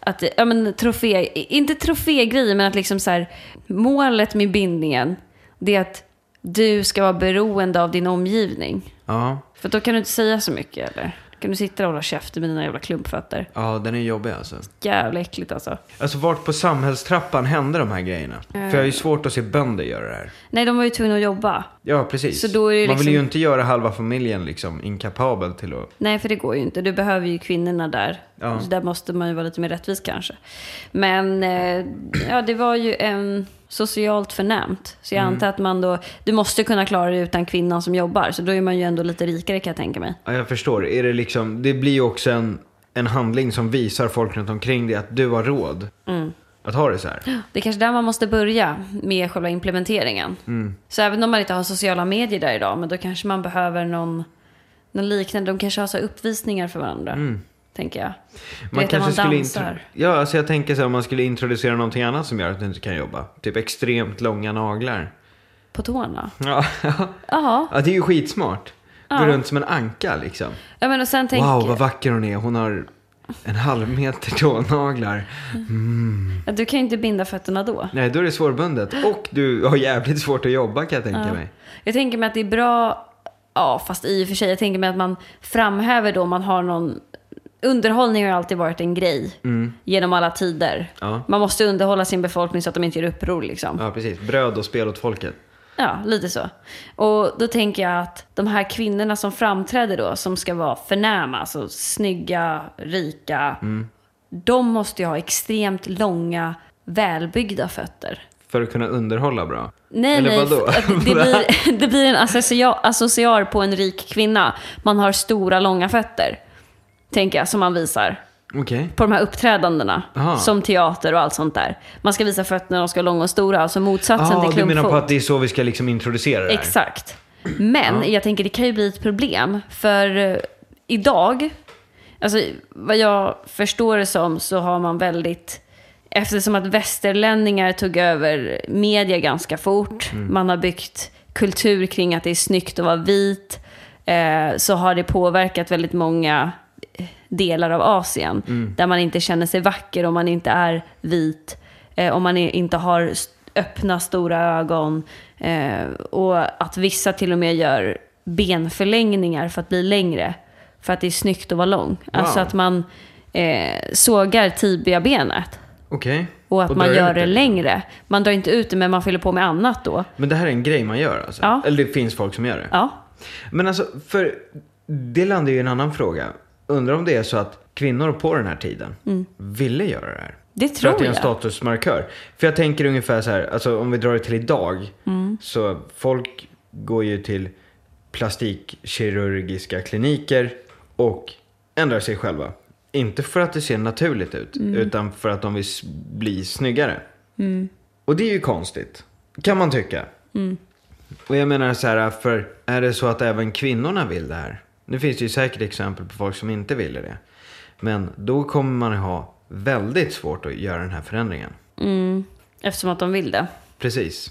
Speaker 2: att, ja men trofé, inte trofégrejer, men att liksom så här, målet med bindningen, det är att du ska vara beroende av din omgivning.
Speaker 1: Ja,
Speaker 2: För då kan du inte säga så mycket, eller? Då kan du sitta där och hålla käften med dina jävla klumpfötter.
Speaker 1: ja den är jobbig alltså.
Speaker 2: Jävla äckligt alltså.
Speaker 1: Alltså vart på samhällstrappan hände de här grejerna? För jag har
Speaker 2: Eh.
Speaker 1: ju svårt att se bönder göra det här.
Speaker 2: Nej, de var ju tvungna att jobba.
Speaker 1: Ja, precis.
Speaker 2: Så då är det
Speaker 1: Man vill
Speaker 2: liksom-
Speaker 1: ju inte göra halva familjen liksom inkapabel till att...
Speaker 2: Nej, för det går ju inte. Du behöver ju kvinnorna där.
Speaker 1: Ja.
Speaker 2: Så där måste man ju vara lite mer rättvis kanske. Men eh, ja, det var ju en socialt förnämt. Så
Speaker 1: Mm.
Speaker 2: jag antar att man då, du måste kunna klara det utan kvinnan som jobbar. Så då är man ju ändå lite rikare kan jag tänka mig.
Speaker 1: Ja, jag förstår. Är det liksom... Det blir ju också en, en handling som visar folk runt omkring dig att du har råd
Speaker 2: Mm.
Speaker 1: att ha det så här.
Speaker 2: Det är kanske där man måste börja med själva implementeringen.
Speaker 1: Mm.
Speaker 2: Så även om man inte har sociala medier där idag, men då kanske man behöver någon, någon liknande. De kanske har så här uppvisningar för varandra,
Speaker 1: Mm.
Speaker 2: tänker jag. Du vet, när
Speaker 1: intro- Ja, alltså jag tänker så här, om man skulle introducera någonting annat som gör att du inte kan jobba. Typ extremt långa naglar.
Speaker 2: På tårna.
Speaker 1: Ja,
Speaker 2: Jaha.
Speaker 1: ja det är ju skitsmart. Gå
Speaker 2: Ja.
Speaker 1: runt som en anka liksom.
Speaker 2: Ja, men och sen tänk...
Speaker 1: Wow, vad vacker hon är. Hon har en halv meter tånaglar.
Speaker 2: Ja, Du kan ju inte binda fötterna då.
Speaker 1: Nej, då är det svårbundet. Och du har jävligt svårt att jobba kan jag tänka mig.
Speaker 2: Jag tänker mig att det är bra, ja fast i och för sig, jag tänker mig att man framhäver då man har någon, underhållning har ju alltid varit en grej genom alla tider.
Speaker 1: Ja.
Speaker 2: Man måste underhålla sin befolkning så att de inte gör uppror liksom. Ja.
Speaker 1: Ja, precis. Bröd och spel åt folket.
Speaker 2: lite så. Och då tänker jag att de här kvinnorna som framträder då, som ska vara förnäma, alltså snygga, rika, de måste ju ha extremt långa, välbyggda fötter.
Speaker 1: För att kunna underhålla bra.
Speaker 2: Nej,
Speaker 1: Eller
Speaker 2: nej.
Speaker 1: vadå?
Speaker 2: att Det blir, det blir en associar, associar på en rik kvinna. Man har stora, långa fötter. Tänker jag, som man visar
Speaker 1: Okej.
Speaker 2: på de här uppträdandena.
Speaker 1: Aha.
Speaker 2: Som teater och allt sånt där. Man ska visa fötterna, de ska vara långa och stora. Alltså motsatsen
Speaker 1: Ah,
Speaker 2: till
Speaker 1: du menar på
Speaker 2: klumpfot.
Speaker 1: att det är så vi ska liksom introducera det här?
Speaker 2: Exakt. Men jag tänker det kan ju bli ett problem. För eh, idag, alltså vad jag förstår det som så har man väldigt, eftersom att västerlänningar tog över media ganska fort, man har byggt kultur kring att det är snyggt att vara vit, eh, så har det påverkat väldigt många eh, delar av Asien.
Speaker 1: Mm.
Speaker 2: Där man inte känner sig vacker om man inte är vit, eh, om man i- inte har st- öppna stora ögon. Eh, och att vissa till och med gör benförlängningar för att bli längre. För att det är snyggt att vara lång. Alltså att man eh, sågar tibiabenet.
Speaker 1: Okej.
Speaker 2: Och att
Speaker 1: Och
Speaker 2: man
Speaker 1: drar
Speaker 2: gör
Speaker 1: ut
Speaker 2: det
Speaker 1: det.
Speaker 2: längre. Man drar inte ut det men man fyller på med annat då.
Speaker 1: Men det här är en grej man gör alltså?
Speaker 2: Ja.
Speaker 1: Eller det finns folk som gör det?
Speaker 2: Ja.
Speaker 1: Men alltså, för det landar ju i en annan fråga. Undrar om det är så att kvinnor på den här tiden
Speaker 2: Mm.
Speaker 1: ville göra det här.
Speaker 2: Det
Speaker 1: För
Speaker 2: tror
Speaker 1: att det är en
Speaker 2: jag.
Speaker 1: statusmarkör. För jag tänker ungefär så här, alltså om vi drar det till idag.
Speaker 2: Mm.
Speaker 1: Så folk går ju till plastikkirurgiska kliniker och ändrar sig själva. Inte för att det ser naturligt ut,
Speaker 2: Mm.
Speaker 1: utan för att de vill s- bli snyggare. Och det är ju konstigt, kan man tycka. Och jag menar så här, för är det så att även kvinnorna vill det här? Nu finns det ju säkert exempel på folk som inte ville det. Men då kommer man ha väldigt svårt att göra den här förändringen.
Speaker 2: Mm. Eftersom att de vill det.
Speaker 1: Precis.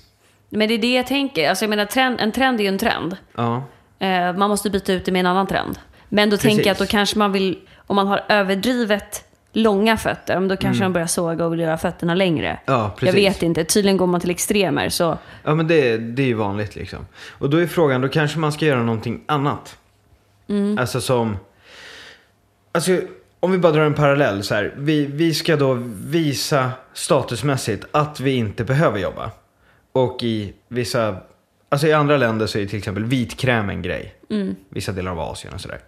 Speaker 2: Men det är det jag tänker. Alltså jag menar, trend, en trend är ju en trend.
Speaker 1: Ja,
Speaker 2: Eh, man måste byta ut det med en annan trend. Men då tänker jag att då
Speaker 1: Precis.
Speaker 2: kanske man vill, om man har överdrivet långa fötter, men då kanske man börjar såga och vill göra fötterna längre.
Speaker 1: Mm. ja precis.
Speaker 2: Jag vet inte, tydligen går man till extremer. Så
Speaker 1: Ja men det, det är ju vanligt liksom. Och då är frågan, då kanske man ska göra någonting annat.
Speaker 2: Mm.
Speaker 1: Alltså som... Alltså om vi bara drar en parallell så här. Vi, vi ska då visa statusmässigt att vi inte behöver jobba. Och i vissa... Alltså i andra länder så är till exempel vitkräm en grej. Vissa delar av Asien och sådär.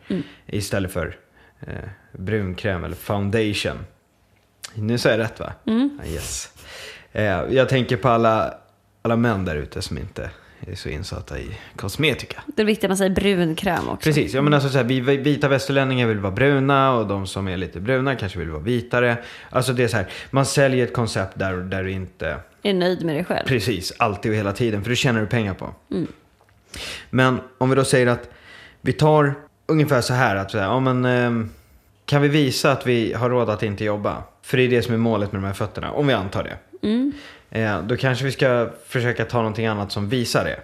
Speaker 1: Istället för eh, brunkräm eller foundation. Nu sa jag rätt va? Ja, Yes. Eh, jag tänker på alla, alla män där ute som inte är så insatta i kosmetika.
Speaker 2: det är viktigt att man säger brun kräm också.
Speaker 1: Precis, ja, men alltså så här, vi vi vita västerlänningar vill vara bruna och de som är lite bruna kanske vill vara vitare. Alltså det är så här, man säljer ett koncept där, där du inte
Speaker 2: Är nöjd med dig själv.
Speaker 1: Precis, alltid och hela tiden. För det tjänar du pengar på. Men om vi då säger att vi tar ungefär så här att så här, ja, men, ehm, kan vi visa att vi har råd att inte jobba? För det är det som är målet med de här fötterna, om vi antar det.
Speaker 2: Mm.
Speaker 1: Eh, då kanske vi ska försöka ta någonting annat som visar det.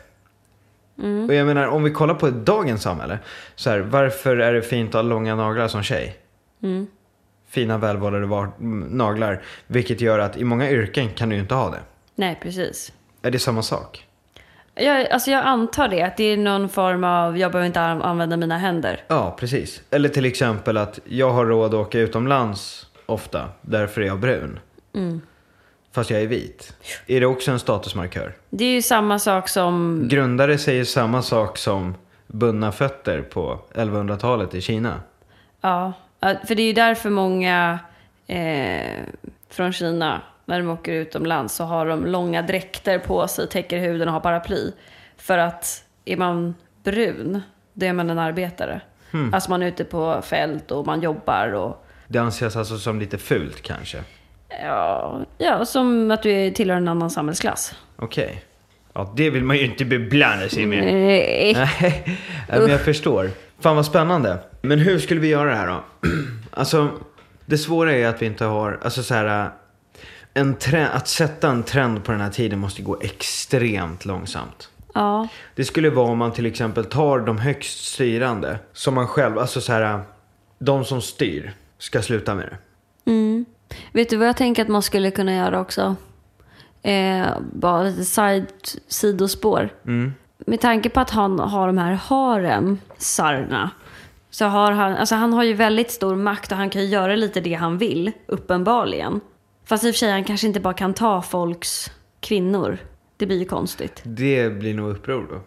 Speaker 1: Och jag menar, om vi kollar på dagens samhälle. Så här, varför är det fint att ha långa naglar som tjej?
Speaker 2: Mm.
Speaker 1: Fina välvårdade var- naglar. Vilket gör att i många yrken kan du ju inte ha det.
Speaker 2: Nej, precis.
Speaker 1: Är det samma sak?
Speaker 2: Jag, alltså jag antar det, att det är någon form av, jag behöver inte an- använda mina händer.
Speaker 1: Ja, precis. Eller till exempel att jag har råd att åka utomlands ofta, därför är jag brun. Fast jag är vit. Är det också en statusmarkör?
Speaker 2: Det är ju samma sak som
Speaker 1: Grundare säger samma sak som bundna fötter på 1100-talet i Kina.
Speaker 2: Ja, ja, för det är ju därför många eh, från Kina, när de åker utomlands, så har de långa dräkter på sig, täcker huden och har paraply. För att är man brun, då är man en arbetare. Alltså man är ute på fält och man jobbar och
Speaker 1: Det anses alltså som lite fult kanske.
Speaker 2: ja, ja som att du är- tillhör en annan samhällsklass.
Speaker 1: Okej. Ja, det vill man ju inte beblanda sig med.
Speaker 2: Eh,
Speaker 1: Nej, nej, men jag förstår. Fan vad spännande. Men hur skulle vi göra det här då? alltså, det svåra är att vi inte har, alltså så här, äh, en trend, att sätta en trend på den här tiden måste gå extremt långsamt.
Speaker 2: Ja,
Speaker 1: Det skulle vara om man till exempel tar de högst styrande, som man själv, alltså så här, äh, de som styr ska sluta med det.
Speaker 2: Mm. vet du vad jag tänker att man skulle kunna göra också? Eh, bara lite side, sidospår.
Speaker 1: Mm.
Speaker 2: med tanke på att han har de här harem, sarna, så har han, alltså han har ju väldigt stor makt och han kan ju göra lite det han vill, uppenbarligen. Fast i och för sig, han kanske inte bara kan ta folks kvinnor. Det blir ju konstigt.
Speaker 1: Det blir nog uppror då.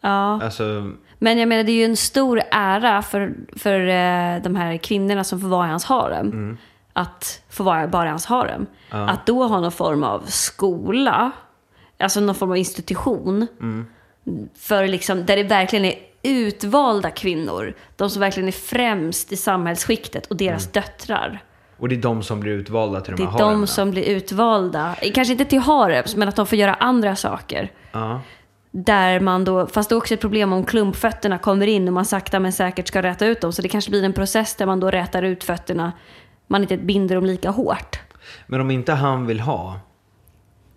Speaker 2: Ja.
Speaker 1: Alltså,
Speaker 2: Men jag menar, det är ju en stor ära för, för eh, de här kvinnorna som får vara i hans harem.
Speaker 1: Mm.
Speaker 2: Att få vara bara i hans harem. Att då ha någon form av skola, alltså någon form av institution.
Speaker 1: Mm.
Speaker 2: För liksom, där det verkligen är utvalda kvinnor. De som verkligen är främst i samhällsskiktet och deras döttrar.
Speaker 1: och det är Mm. de som blir utvalda till
Speaker 2: Det
Speaker 1: de här
Speaker 2: är de
Speaker 1: haremen.
Speaker 2: som blir utvalda. Eh, Kanske inte till harems, men att de får göra andra saker.
Speaker 1: Ja.
Speaker 2: Där man då, fast det är också ett problem om klumpfötterna kommer in och man sakta men säkert ska räta ut dem. Så det kanske blir en process där man då rätar ut fötterna. Man inte binder dem lika hårt.
Speaker 1: Men om inte han vill ha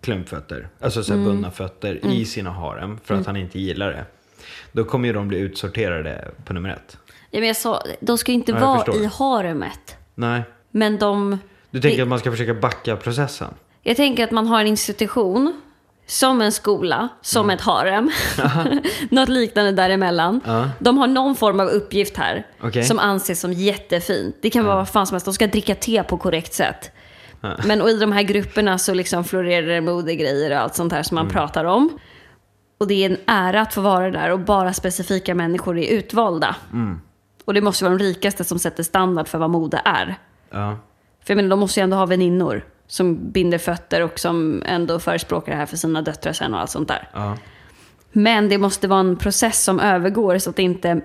Speaker 1: klumpfötter, alltså så här
Speaker 2: Mm.
Speaker 1: bundna fötter i sina harem för att han inte gillar det. Då kommer ju de bli utsorterade på nummer ett.
Speaker 2: Ja, men jag sa, de ska ju inte
Speaker 1: Ja, jag
Speaker 2: vara
Speaker 1: förstår.
Speaker 2: i haremet.
Speaker 1: Nej.
Speaker 2: Men de...
Speaker 1: Du tänker
Speaker 2: det-
Speaker 1: att man ska försöka backa processen?
Speaker 2: Jag tänker att man har en institution, som en skola, som
Speaker 1: Mm.
Speaker 2: ett harem. Något liknande däremellan.
Speaker 1: Ja.
Speaker 2: De har någon form av uppgift här
Speaker 1: Okej.
Speaker 2: som anses som jättefin. Det kan vara vad fan som helst. De ska dricka te på korrekt sätt. Men och i de här grupperna så liksom florerar det modegrejer och allt sånt här som
Speaker 1: Mm.
Speaker 2: man pratar om. Och det är en ära att få vara där och bara specifika människor är utvalda.
Speaker 1: Mm.
Speaker 2: Och det måste vara de rikaste som sätter standard för vad mode är.
Speaker 1: Ja.
Speaker 2: För jag menar, de måste ju ändå ha väninnor som binder fötter och som ändå förespråkar det här för sina döttrar sen och allt sånt där.
Speaker 1: ja.
Speaker 2: Men det måste vara en process som övergår så att inte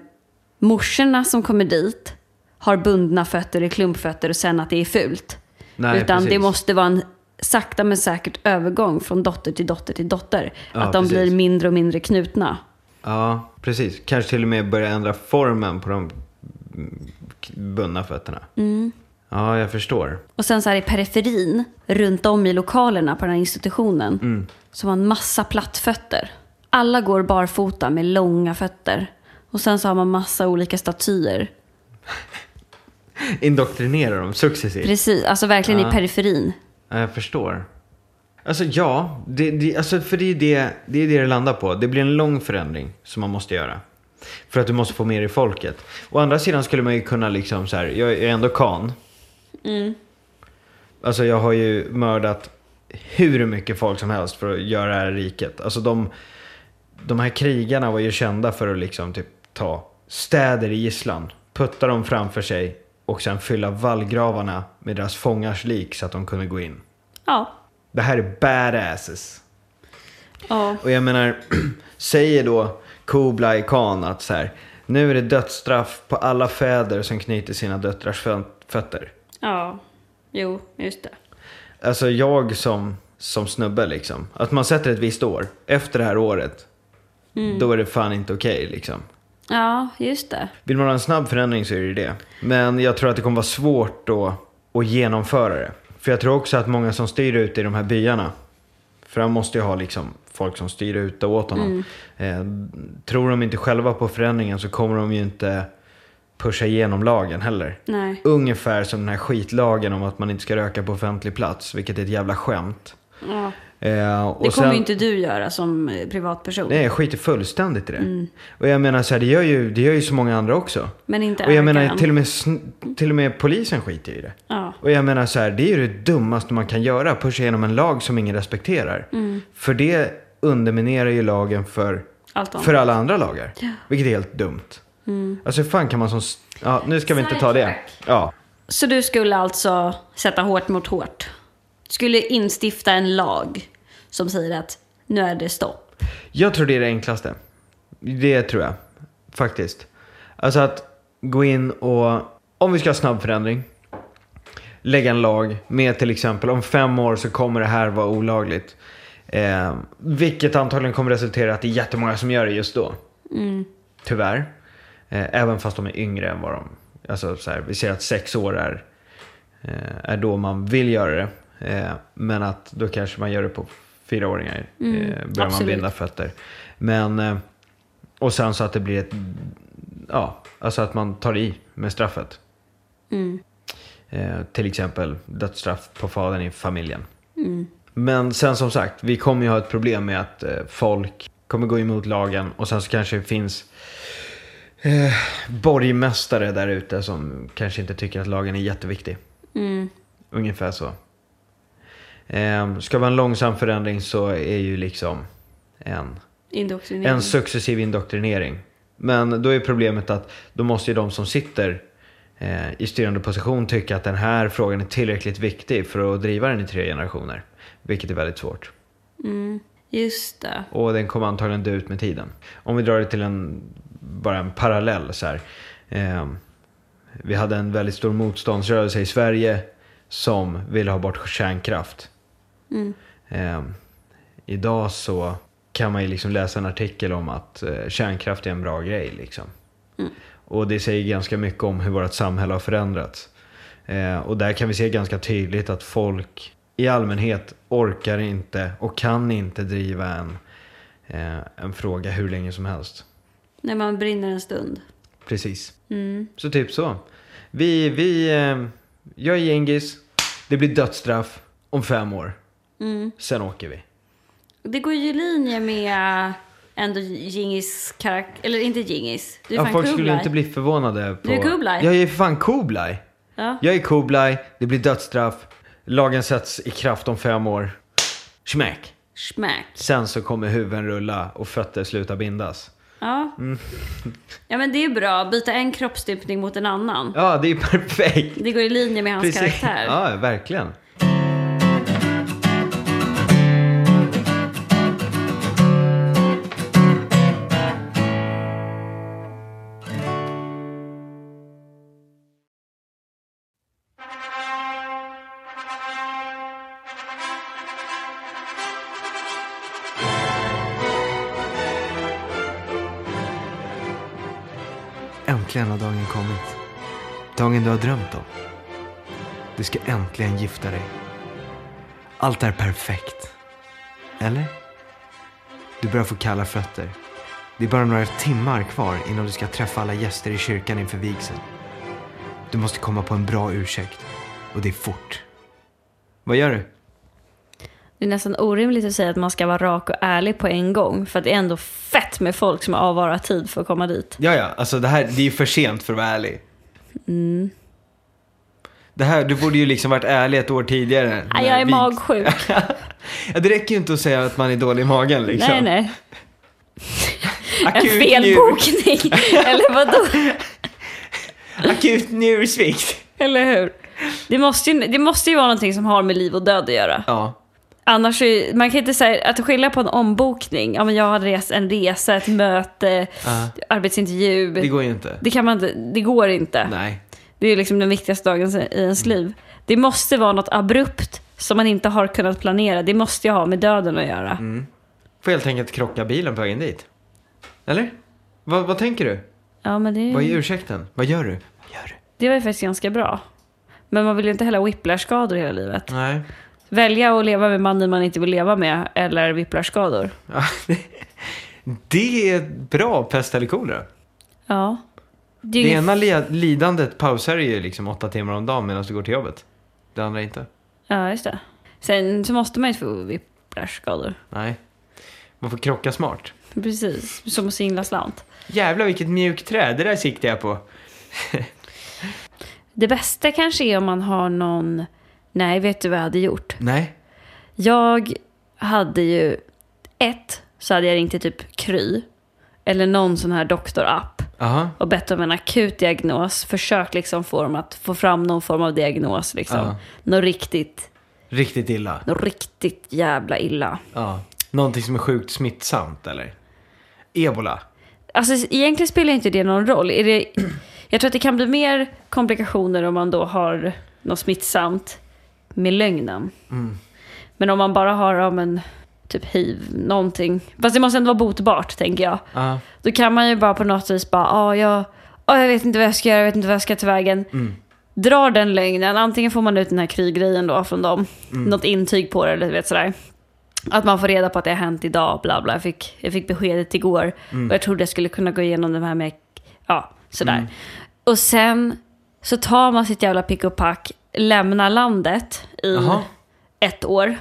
Speaker 2: morsorna som kommer dit har bundna fötter i klumpfötter och sen att det är fult.
Speaker 1: Nej,
Speaker 2: Utan
Speaker 1: precis.
Speaker 2: det måste vara en sakta men säkert övergång från dotter till dotter till dotter.
Speaker 1: Ja,
Speaker 2: att de
Speaker 1: precis.
Speaker 2: blir mindre och mindre knutna.
Speaker 1: Ja, precis. Kanske till och med börja ändra formen på de mm, k- bundna fötterna. Ja, jag förstår.
Speaker 2: Och sen så här i periferin, runt om i lokalerna på den här institutionen,
Speaker 1: Mm.
Speaker 2: så har man massa plattfötter. Alla går barfota med långa fötter. Och sen så har man massa olika statyer.
Speaker 1: Indoktrinera dem successivt.
Speaker 2: Precis, alltså verkligen
Speaker 1: Ja.
Speaker 2: i periferin.
Speaker 1: Ja, jag förstår. Alltså ja, det, det, alltså, för det är det, det är det det landar på. Det blir en lång förändring som man måste göra. För att du måste få med dig folket. Å andra sidan skulle man ju kunna liksom så här, jag är ändå kan.
Speaker 2: Mm.
Speaker 1: Alltså jag har ju mördat hur mycket folk som helst för att göra det här riket. Alltså de, de här krigarna var ju kända för att liksom typ ta städer i gisslan, putta dem framför sig och sen fylla vallgravarna med deras fångars lik så att de kunde gå in.
Speaker 2: Ja.
Speaker 1: Det här är badasses.
Speaker 2: ja.
Speaker 1: Och jag menar, säger då Kublai Khan att så här, nu är det dödsstraff på alla fäder som knyter sina döttrars fö- fötter.
Speaker 2: Ja. Jo, just det.
Speaker 1: Alltså jag som, som snubbe liksom. Att man sätter ett visst år. Efter det här året. Då är det fan inte okej liksom.
Speaker 2: Ja, just det.
Speaker 1: Vill man ha en snabb förändring så är det ju det. Men jag tror att det kommer vara svårt då att genomföra det. För jag tror också att många som styr ut i de här byarna. För han måste ju ha liksom folk som styr ut och åt honom. Eh, tror de inte själva på förändringen så kommer de ju inte pusha igenom lagen heller.
Speaker 2: Nej.
Speaker 1: Ungefär som den här skitlagen om att man inte ska röka på offentlig plats, vilket är ett jävla skämt.
Speaker 2: Ja.
Speaker 1: Eh, och
Speaker 2: Det kommer
Speaker 1: sen-
Speaker 2: ju inte du göra som eh, privatperson.
Speaker 1: Nej, jag skiter fullständigt i det.
Speaker 2: Mm.
Speaker 1: Och jag menar så här, det gör ju, det gör ju så många andra också.
Speaker 2: Men inte
Speaker 1: Och jag menar
Speaker 2: ägaren.
Speaker 1: till och, med, sn- till och med polisen skiter ju i det.
Speaker 2: Ja.
Speaker 1: Och jag menar så här, det är ju det dummaste man kan göra. Pusha igenom en lag som ingen respekterar.
Speaker 2: Mm.
Speaker 1: För det underminerar ju lagen för,
Speaker 2: Allt annat.
Speaker 1: för alla andra lagar. Vilket är helt dumt.
Speaker 2: Mm.
Speaker 1: Alltså hur fan kan man som... s- Ja, nu ska vi inte ta det.
Speaker 2: Sidetrack.
Speaker 1: Ja.
Speaker 2: Så du skulle alltså sätta hårt mot hårt? Du skulle instifta en lag som säger att nu är det stopp.
Speaker 1: Jag tror det är det enklaste. Det tror jag. Faktiskt. Alltså att gå in och, om vi ska ha snabb förändring, lägga en lag med till exempel om fem år så kommer det här vara olagligt. Eh, vilket antagligen kommer resultera i att det är jättemånga som gör det just då. Tyvärr. Eh, även fast de är yngre än vad de... Alltså så här, vi ser att sex år är, eh, är då man vill göra det. Eh, men att då kanske man gör det på fyraåringar. eh, börjar man
Speaker 2: absolut.
Speaker 1: binda fötter. Men... Eh, och sen så att det blir ett... Ja, alltså att man tar i med straffet.
Speaker 2: Mm,
Speaker 1: Eh, till exempel dödsstraff på fadern i familjen.
Speaker 2: mm,
Speaker 1: Men sen som sagt, vi kommer ju ha ett problem med att eh, folk kommer gå emot lagen och sen så kanske det finns eh, borgmästare där ute som kanske inte tycker att lagen är jätteviktig.
Speaker 2: mm.
Speaker 1: Ungefär så. Eh, ska det vara en långsam förändring så är ju liksom en
Speaker 2: Indoktrinering.
Speaker 1: en successiv indoktrinering. Men då är problemet att då måste ju de som sitter eh, i styrande position tycka att den här frågan är tillräckligt viktig för att driva den i tre generationer. Vilket är väldigt svårt.
Speaker 2: Mm, Just det.
Speaker 1: Och den kommer antagligen dö ut med tiden. Om vi drar det till en, bara en parallell så här. Eh, vi hade en väldigt stor motståndsrörelse i Sverige som ville ha bort kärnkraft. Eh, idag så kan man ju liksom läsa en artikel om att eh, kärnkraft är en bra grej. Liksom. Och det säger ganska mycket om hur vårt samhälle har förändrats. Eh, och där kan vi se ganska tydligt att folk i allmänhet orkar inte och kan inte driva en, eh, en fråga hur länge som helst.
Speaker 2: När man brinner en stund. Mm,
Speaker 1: Precis. Så typ så. Vi, vi, eh, jag är Genghis. Det blir dödsstraff om fem år. Sen åker vi.
Speaker 2: mm. Det går ju i linje med äh, ändå Djingis karaktär. Eller inte Djingis. Du är
Speaker 1: Ja,
Speaker 2: fan
Speaker 1: folk skulle
Speaker 2: Kublai.
Speaker 1: inte bli förvånade. På...
Speaker 2: Du är Kublai.
Speaker 1: Jag är för fan Kublai.
Speaker 2: Ja.
Speaker 1: Jag är Kublai, det blir dödsstraff. Lagen sätts i kraft om fem år. Smäck!
Speaker 2: Schmack.
Speaker 1: Sen så kommer huvuden rulla och fötter slutar bindas.
Speaker 2: Ja.
Speaker 1: Mm.
Speaker 2: ja, men det är bra. Byta en kroppsstympning mot en annan.
Speaker 1: Ja, det är ju perfekt!
Speaker 2: Det går i linje med hans
Speaker 1: Precis.
Speaker 2: karaktär.
Speaker 1: Ja, verkligen. Äntligen har dagen kommit. Dagen du har drömt om. Du ska äntligen gifta dig. Allt är perfekt. Eller? Du börjar få kalla fötter. Det är bara några timmar kvar innan du ska träffa alla gäster i kyrkan inför vigseln. Du måste komma på en bra ursäkt. Och det är fort. Vad gör du?
Speaker 2: Det är nästan orimligt att säga att man ska vara rak och ärlig på en gång. För att det är ändå fett med folk som avvarar tid för att komma dit.
Speaker 1: Ja, ja, alltså det här, det är ju för sent för att vara ärlig.
Speaker 2: Mm.
Speaker 1: Det här, du borde ju liksom varit ärlig ett år tidigare.
Speaker 2: Nej, jag är
Speaker 1: När vi-
Speaker 2: magsjuk.
Speaker 1: Ja, det räcker ju inte att säga att man är dålig i magen liksom.
Speaker 2: Nej, nej. En
Speaker 1: Akut, njur,
Speaker 2: felbokning. Eller vadå?
Speaker 1: akut njursvikt.
Speaker 2: Eller hur? Det måste, ju, det måste ju vara någonting som har med liv och död att göra.
Speaker 1: Ja,
Speaker 2: Annars är, man kan inte säga, att skilja på en ombokning, ja men jag har rest en resa, ett möte,
Speaker 1: Ja.
Speaker 2: arbetsintervju.
Speaker 1: det
Speaker 2: Det,
Speaker 1: går ju inte.
Speaker 2: kan man inte, det går inte.
Speaker 1: Nej.
Speaker 2: Det är ju liksom den viktigaste dagen i ens
Speaker 1: Mm.
Speaker 2: liv. Det måste vara något abrupt som man inte har kunnat planera. Det måste ju ha med döden att göra.
Speaker 1: Mm. Får helt enkelt krocka bilen på vägen dit. Eller? Vad, vad tänker du?
Speaker 2: Ja, men
Speaker 1: Vad är
Speaker 2: det,
Speaker 1: ursäkten? Vad gör du? Mm. Vad gör du?
Speaker 2: det var ju faktiskt ganska bra. Men man vill ju inte heller ha whiplash-skador hela livet.
Speaker 1: Nej.
Speaker 2: Välja att leva med mannen man inte vill leva med eller whiplash-skador.
Speaker 1: Ja, det, det är bra pest eller kolera.
Speaker 2: Ja. Det är
Speaker 1: Det
Speaker 2: ju ingen...
Speaker 1: ena li- lidandet pausar ju liksom åtta timmar om dagen medan du går till jobbet. Det andra inte.
Speaker 2: Ja, just det. Sen så måste man ju få whiplash-skador.
Speaker 1: Nej. Man får krocka smart.
Speaker 2: Precis, som att singla slant.
Speaker 1: Jävlar vilket mjukt träd, det där siktar jag på.
Speaker 2: Det bästa kanske är om man har någon... Nej, vet du vad jag hade gjort?
Speaker 1: Nej.
Speaker 2: Jag hade ju... Ett, så hade jag ringt till typ Kry. Eller någon sån här doktorapp.
Speaker 1: Aha.
Speaker 2: och bett om en akut diagnos. Försökt liksom få dem att få fram någon form av diagnos. Liksom.
Speaker 1: Ja.
Speaker 2: Något, riktigt,
Speaker 1: Riktigt illa.
Speaker 2: något riktigt jävla illa.
Speaker 1: Ja. Någonting som är sjukt smittsamt eller? Ebola.
Speaker 2: Alltså egentligen spelar inte det någon roll. Är det, jag tror att det kan bli mer komplikationer om man då har något smittsamt med lögnen. Men om man bara har ja, men, typ hiv, någonting. Fast det måste ändå vara botbart tänker jag.
Speaker 1: Ja.
Speaker 2: Då kan man ju bara på något vis bara, ah, jag, ah, jag vet inte vad jag ska göra, jag vet inte vad jag ska ta vägen. Drar den lögnen, antingen får man ut den här kryggrejen då från dem, något intyg på det eller du vet sådär. Att man får reda på att det har hänt idag, bla bla. Jag fick, jag fick beskedet igår och jag trodde jag skulle kunna gå igenom det här med, ja sådär. Och sen så tar man sitt jävla pick och pack, lämnar landet i
Speaker 1: Jaha.
Speaker 2: ett år,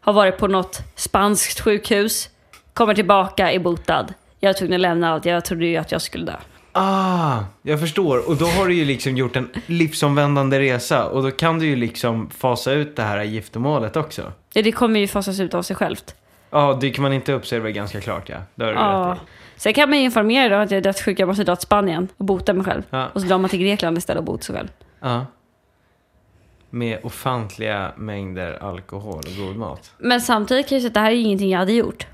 Speaker 2: har varit på något spanskt sjukhus, kommer tillbaka, är botad. Jag var tvungen att lämna allt, jag trodde ju att jag skulle dö.
Speaker 1: Ah, jag förstår. Och då har du ju liksom gjort en livsomvändande resa och då kan du ju liksom fasa ut det här giftermålet också.
Speaker 2: Ja, det kommer ju fasas ut av sig självt.
Speaker 1: Ja, dyker man inte upp så är det väl ganska klart ja. Det har du
Speaker 2: Ja.
Speaker 1: rätt i.
Speaker 2: Sen kan man ju informera då att jag är dödssjuk, jag måste dra till Spanien och bota mig själv.
Speaker 1: Ja.
Speaker 2: Och så drar man till Grekland istället och botar sig själv.
Speaker 1: Ja. Med ofantliga mängder alkohol och god mat.
Speaker 2: Men samtidigt kan jag säga att det här är ju ingenting jag hade gjort.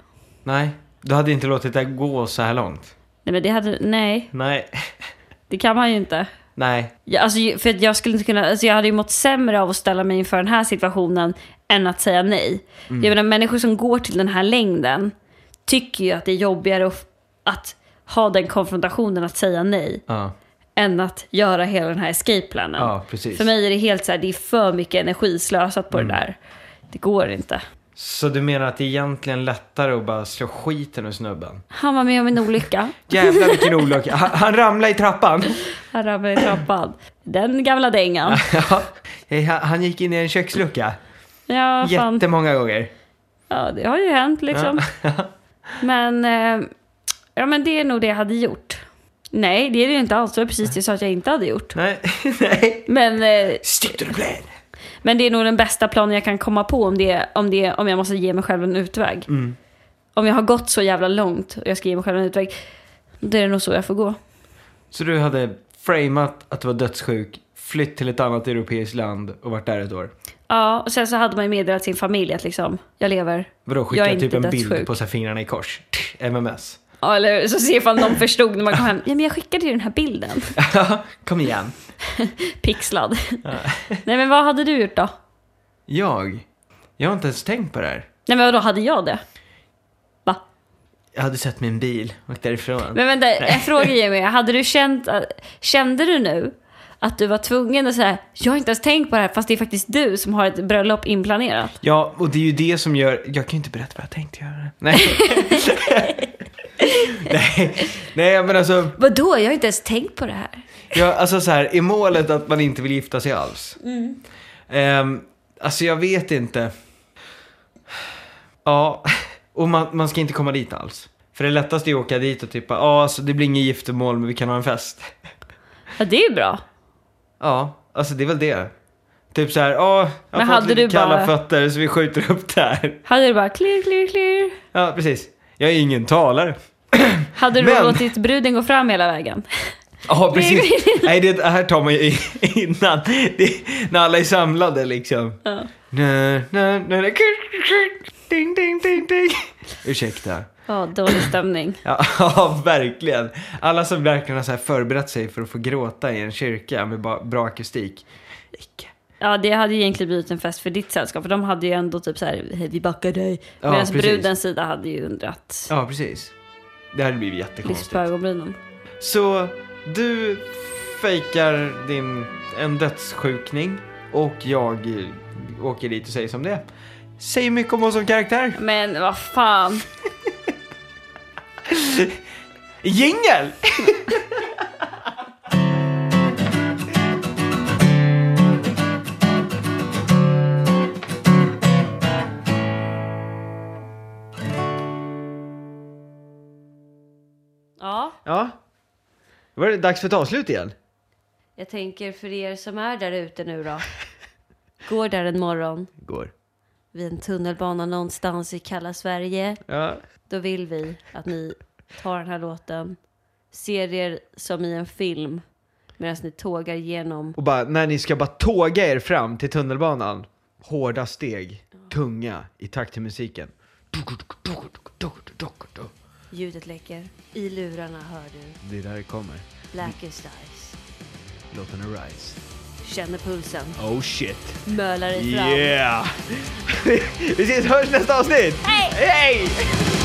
Speaker 1: Nej, du hade inte låtit det gå så här långt.
Speaker 2: Nej, men det hade, nej,
Speaker 1: Nej,
Speaker 2: det kan man ju inte.
Speaker 1: nej.
Speaker 2: Jag, alltså, ju- för att jag skulle inte kunna, alltså, jag hade ju mått sämre av att ställa mig inför den här situationen än att säga nej. Jag menar människor som går till den här längden tycker ju att det är jobbigare att, att ha den konfrontationen att säga nej
Speaker 1: Ja,
Speaker 2: än att göra hela den här escape planen.
Speaker 1: ja precis. Mm.
Speaker 2: För mig är det helt så här, det är för mycket energi slösat på det där. Det går inte.
Speaker 1: Så du menar att det är egentligen lättare att bara slå skiten ur snubben?
Speaker 2: Han var med om en olycka.
Speaker 1: Jävlar vilken olycka. Han, han ramlade i trappan.
Speaker 2: Han ramlade i trappan. Den gamla dängan.
Speaker 1: Ja, hej, han, han gick in i en kökslucka. Ah,
Speaker 2: Ja, fan.
Speaker 1: Jättemånga gånger.
Speaker 2: Ja, det har ju hänt liksom. men, eh, ja, men det är nog det jag hade gjort. Nej, det är det ju inte alls. Det var precis det jag sa att jag inte hade gjort.
Speaker 1: Nej, nej.
Speaker 2: Men, eh,
Speaker 1: Stick to the plan.
Speaker 2: men det är nog den bästa planen jag kan komma på om, det, om, det, om jag måste ge mig själv en utväg. Om jag har gått så jävla långt och jag ska ge mig själv en utväg, då är det nog så jag får gå.
Speaker 1: Så du hade framat att du var dödssjuk, flytt till ett annat europeiskt land och varit där ett år.
Speaker 2: Ja, och sen så hade man ju meddelat sin familj att liksom, jag lever.
Speaker 1: Vadå,
Speaker 2: Jag
Speaker 1: skicka
Speaker 2: är
Speaker 1: typ
Speaker 2: inte
Speaker 1: en bild
Speaker 2: dödssjuk.
Speaker 1: på så här fingrarna i kors. MMS.
Speaker 2: Ja, eller så ser man de förstod när man kom hem. Ja, men jag skickade ju den här bilden.
Speaker 1: Kom igen.
Speaker 2: Pixlad. Nej, men vad hade du gjort då?
Speaker 1: Jag? Jag har inte ens tänkt på det här.
Speaker 2: Nej men vadå, hade jag det? Va?
Speaker 1: jag hade sett min bil och därifrån.
Speaker 2: Men vänta, en fråga Jimmy. Hade du känt, äh, kände du nu att du var tvungen att säga jag har inte ens tänkt på det här fast det är faktiskt du som har ett bröllop inplanerat?
Speaker 1: Ja, och det är ju det som gör... Jag kan ju inte berätta vad jag tänkte göra. Nej. Nej. Nej, men alltså...
Speaker 2: Vadå, jag har inte ens tänkt på det här.
Speaker 1: Ja, alltså så här, är målet att man inte vill gifta sig alls?
Speaker 2: Mm.
Speaker 1: Ehm, alltså jag vet inte. Ja, och man, man ska inte komma dit alls. För det lättaste är att åka dit och typ bara, ja alltså det blir inget giftermål men vi kan ha en fest.
Speaker 2: Ja, det är ju bra.
Speaker 1: Ja, alltså det är väl det. Typ så här, ja, jag
Speaker 2: Men
Speaker 1: har fått
Speaker 2: hade
Speaker 1: lite
Speaker 2: du
Speaker 1: kalla
Speaker 2: bara-
Speaker 1: fötter så vi skjuter upp det här.
Speaker 2: Hade du bara clear, clear, clear.
Speaker 1: Ja, precis. Jag är ingen talare.
Speaker 2: Hade du
Speaker 1: Men-
Speaker 2: låtit bruden gå fram hela vägen?
Speaker 1: Ja, precis. Nej, det här tar man ju innan. Det, när alla är samlade liksom.
Speaker 2: Ja.
Speaker 1: Nö, nö, nö, nö. Ding, ding, ding, ding. Ursäkta.
Speaker 2: Ja, dålig stämning.
Speaker 1: Ja, ja, verkligen. Alla som verkligen har så här förberett sig för att få gråta i en kyrka med ba- bra akustik. Icke.
Speaker 2: Ja, det hade ju egentligen blivit en fest för ditt sällskap. För de hade ju ändå typ så här, hej vi backar dig.
Speaker 1: Ja,
Speaker 2: Medan
Speaker 1: precis.
Speaker 2: brudens sida hade ju undrat.
Speaker 1: Ja, precis. Det hade blivit
Speaker 2: Lyft
Speaker 1: jättekonstigt.
Speaker 2: på ögonbrynen.
Speaker 1: Så du fejkar din, en dödssjukning och jag eh, åker dit och säger som det är. Säger mycket om oss som karaktär.
Speaker 2: Men vad fan.
Speaker 1: Jingel!
Speaker 2: Ja,
Speaker 1: Ja. Var det dags för ett avslut igen?
Speaker 2: jag tänker för er som är där ute nu då. Går där en morgon
Speaker 1: Går.
Speaker 2: vid en tunnelbana någonstans i kalla Sverige.
Speaker 1: Ja.
Speaker 2: Då vill vi att ni tar den här låten, ser er som i en film medan ni tågar genom.
Speaker 1: Och bara, när ni ska bara tåga er fram till tunnelbanan. Hårda steg, tunga, i takt till musiken.
Speaker 2: Ljudet läcker. I lurarna hör du
Speaker 1: Det där kommer.
Speaker 2: Blackest Eyes.
Speaker 1: Låten Arise.
Speaker 2: Känner pulsen,
Speaker 1: Oh shit.
Speaker 2: mölar dig fram.
Speaker 1: Yeah! Vi ses, hörs nästa avsnitt! Hej! Hej!